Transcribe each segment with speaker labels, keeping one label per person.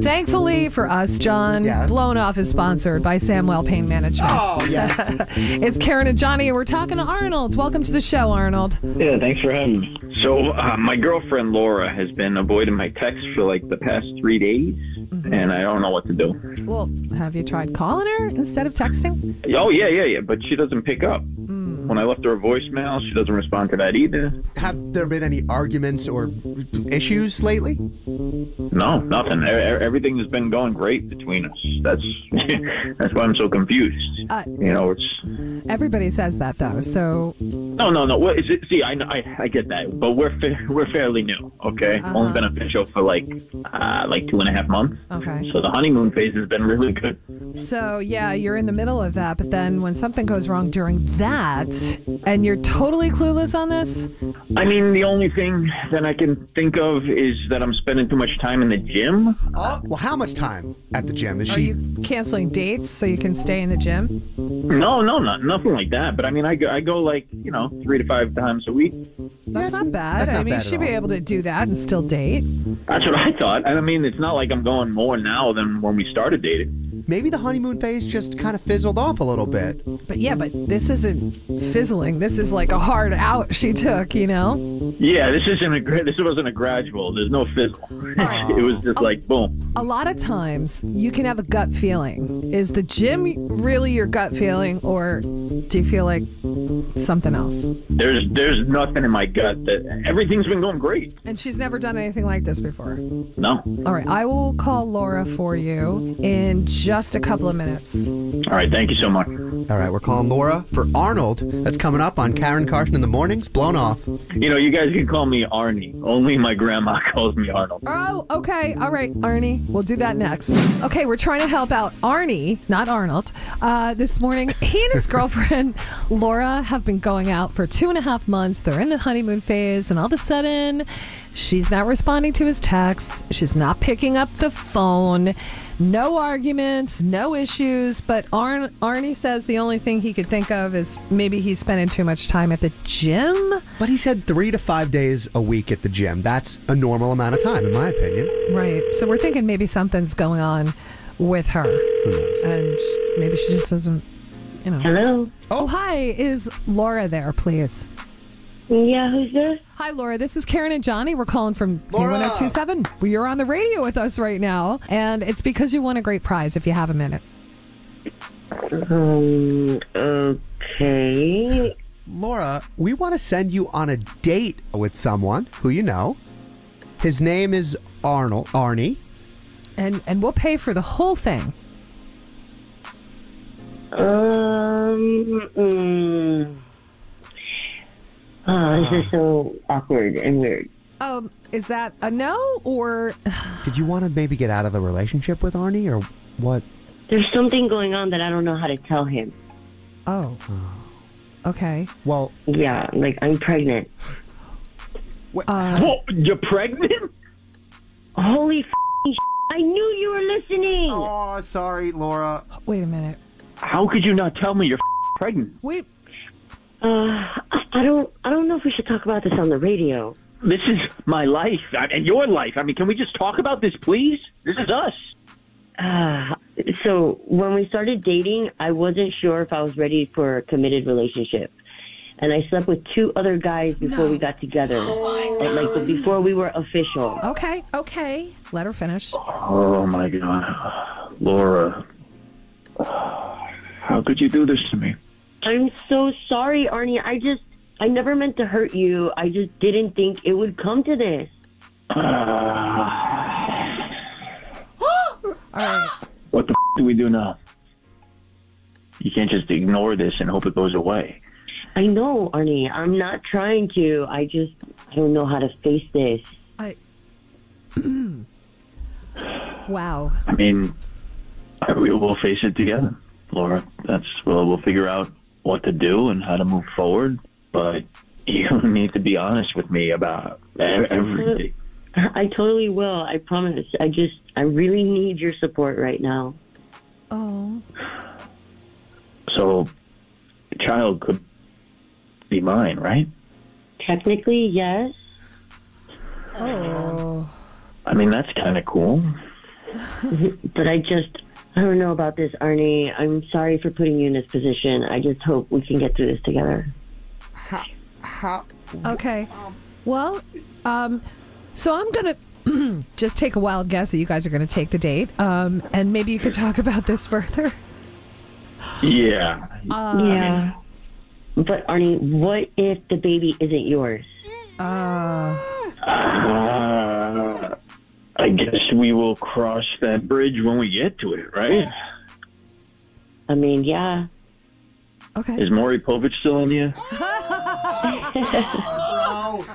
Speaker 1: Thankfully for us, John,
Speaker 2: Yes.
Speaker 1: Blown Off is sponsored by Samwell Pain Management.
Speaker 2: Oh, yes.
Speaker 1: It's Karen and Johnny, and we're talking to Arnold. Welcome to the show, Arnold.
Speaker 3: Yeah, thanks for having me. So, uh, my girlfriend Laura has been avoiding my texts for like the past three days,
Speaker 1: Mm-hmm.
Speaker 3: and I don't know what to do.
Speaker 1: Well, have you tried calling her instead of texting?
Speaker 3: Oh, yeah, yeah, yeah, but she doesn't pick up.
Speaker 1: Mm.
Speaker 3: When I left her a voicemail, she doesn't respond to that either.
Speaker 2: Have there been any arguments or issues lately?
Speaker 3: No, nothing. E- e- Everything has been going great between us. That's that's why I'm so confused.
Speaker 1: Uh,
Speaker 3: You know, it's
Speaker 1: Everybody says that, though. So,
Speaker 3: No, no, no. What is it? See, I, I, I get that, but we're fa- we're fairly new. Okay,
Speaker 1: Uh-huh.
Speaker 3: only been official for like uh, like two and a half months.
Speaker 1: Okay.
Speaker 3: So the honeymoon phase has been really good.
Speaker 1: so yeah, you're in the middle of that. But then when something goes wrong during that, and you're totally clueless on this,
Speaker 3: I mean, the only thing that I can think of is that I'm spending too much time in the gym.
Speaker 2: Oh, well, how much time at the gym is
Speaker 1: Uh, are
Speaker 2: she?
Speaker 1: you canceling dates so you can stay in the gym?
Speaker 3: No, no, not nothing like that. But I mean, I go, I go like you know three to five times a week.
Speaker 1: That's not bad.
Speaker 2: that's
Speaker 1: I
Speaker 2: not
Speaker 1: mean, you
Speaker 2: bad at
Speaker 1: should be
Speaker 2: all.
Speaker 1: able to do that and still date.
Speaker 3: That's what I thought. And I mean, it's not like I'm going more now than when we started dating.
Speaker 2: Maybe the honeymoon phase just kind of fizzled off a little bit.
Speaker 1: But yeah, but this isn't fizzling. This is like a hard out she took, you know?
Speaker 3: Yeah, this isn't a gra- this wasn't a gradual. There's no fizzle. it was just like boom.
Speaker 1: A lot of times you can have a gut feeling. Is the gym really your gut feeling, or do you feel like something else?
Speaker 3: There's there's nothing in my gut that everything's been going great.
Speaker 1: And she's never done anything like this before.
Speaker 3: No.
Speaker 1: All right, I will call Laura for you in just a couple of minutes.
Speaker 3: All right, thank you so much.
Speaker 2: All right, we're calling Laura for Arnold. That's coming up on Karen Carson in the mornings. Blown off.
Speaker 3: You know, you guys can call me Arnie. Only my grandma calls me Arnold.
Speaker 1: Oh, okay. All right, Arnie. We'll do that next. Okay, we're trying to help out Arnie, not Arnold, uh, this morning. He and his girlfriend, Laura, have been going out for two and a half months. They're in the honeymoon phase, and all of a sudden, she's not responding to his texts. She's not picking up the phone. No arguments, no issues. But Arn- Arnie says the only thing he could think of is maybe he's spending too much time at the gym.
Speaker 2: But he said three to five days a week at the gym. That's a normal amount of time, in my opinion.
Speaker 1: Right. So we're thinking maybe something's going on with her. And maybe she just doesn't, you know.
Speaker 4: Hello.
Speaker 1: Oh, hi. Is Laura there, please?
Speaker 4: Yeah, who's this?
Speaker 1: Hi, Laura. This is Karen and Johnny. We're calling from
Speaker 2: Laura!
Speaker 1: 1027. You're on the radio with us right now. And it's because you won a great prize if you have a minute.
Speaker 4: Um. Okay.
Speaker 2: Laura, we want to send you on a date with someone who you know. His name is Arnold Arnie.
Speaker 1: And, and we'll pay for the whole thing.
Speaker 4: Um. Mm. Oh, this is so awkward and weird.
Speaker 1: Um, is that a no or
Speaker 2: Did you want to maybe get out of the relationship with Arnie or what?
Speaker 4: There's something going on that I don't know how to tell him.
Speaker 1: oh? Okay.
Speaker 2: Well,
Speaker 4: Yeah, like I'm pregnant.
Speaker 3: Oh, you're pregnant?
Speaker 4: Holy f***ing sh- I knew you were listening.
Speaker 2: oh, sorry, Laura.
Speaker 1: Wait a minute.
Speaker 3: How could you not tell me you're f- pregnant?
Speaker 1: Wait.
Speaker 4: Uh, I- I don't. I don't know if we should talk about this on the radio.
Speaker 3: This is my life I- and your life. I mean, can we just talk about this, please? This is us.
Speaker 4: Uh, so when we started dating, I wasn't sure if I was ready for a committed relationship. And I slept with two other guys before we got together. And, like but before we were official.
Speaker 1: Okay. Okay. Let her finish.
Speaker 3: Oh my god, Laura. How could you do this to me?
Speaker 4: I'm so sorry, Arnie. I just I never meant to hurt you. I just didn't think it would come to this.
Speaker 1: All right.
Speaker 3: What the f- do we do now? You can't just ignore this and hope it goes away.
Speaker 4: I know, Arnie. I'm not trying to. I just I don't know how to face this.
Speaker 1: I. wow.
Speaker 3: I mean, we will face it together, Laura. That's well, we'll figure out what to do and how to move forward. But you need to be honest with me about e- everything.
Speaker 4: I totally will. I promise. I just I really need your support right now.
Speaker 1: Oh.
Speaker 3: So, the child could be mine, right?
Speaker 4: Technically, yes.
Speaker 1: Oh.
Speaker 3: I mean, that's kind of cool.
Speaker 4: but I just, I don't know about this, Arnie. I'm sorry for putting you in this position. I just hope we can get through this together.
Speaker 2: How? How?
Speaker 1: Okay. Well, um, so I'm going to just take a wild guess that you guys are going to take the date. Um, and maybe you could talk about this further.
Speaker 3: Yeah.
Speaker 4: yeah. But Arnie, what if the baby isn't yours?
Speaker 3: Uh, I guess we will cross that bridge when we get to it, right?
Speaker 4: I mean, yeah.
Speaker 1: Okay.
Speaker 3: Is Maury Povich still in you?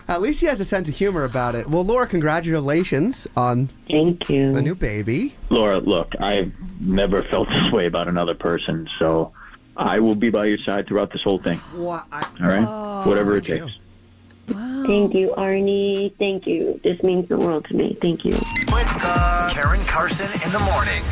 Speaker 2: At least he has a sense of humor about it. Well, Laura, congratulations on
Speaker 4: Thank you.
Speaker 2: the new baby.
Speaker 3: Laura, look, I've never felt this way about another person, so I will be by your side throughout this whole thing.
Speaker 2: What? I,
Speaker 3: All right? Whatever it
Speaker 2: Thank you.
Speaker 3: takes.
Speaker 4: Thank you, Arnie. Thank you. This means the world to me. Thank you.
Speaker 5: Karen uh, Carson in the morning.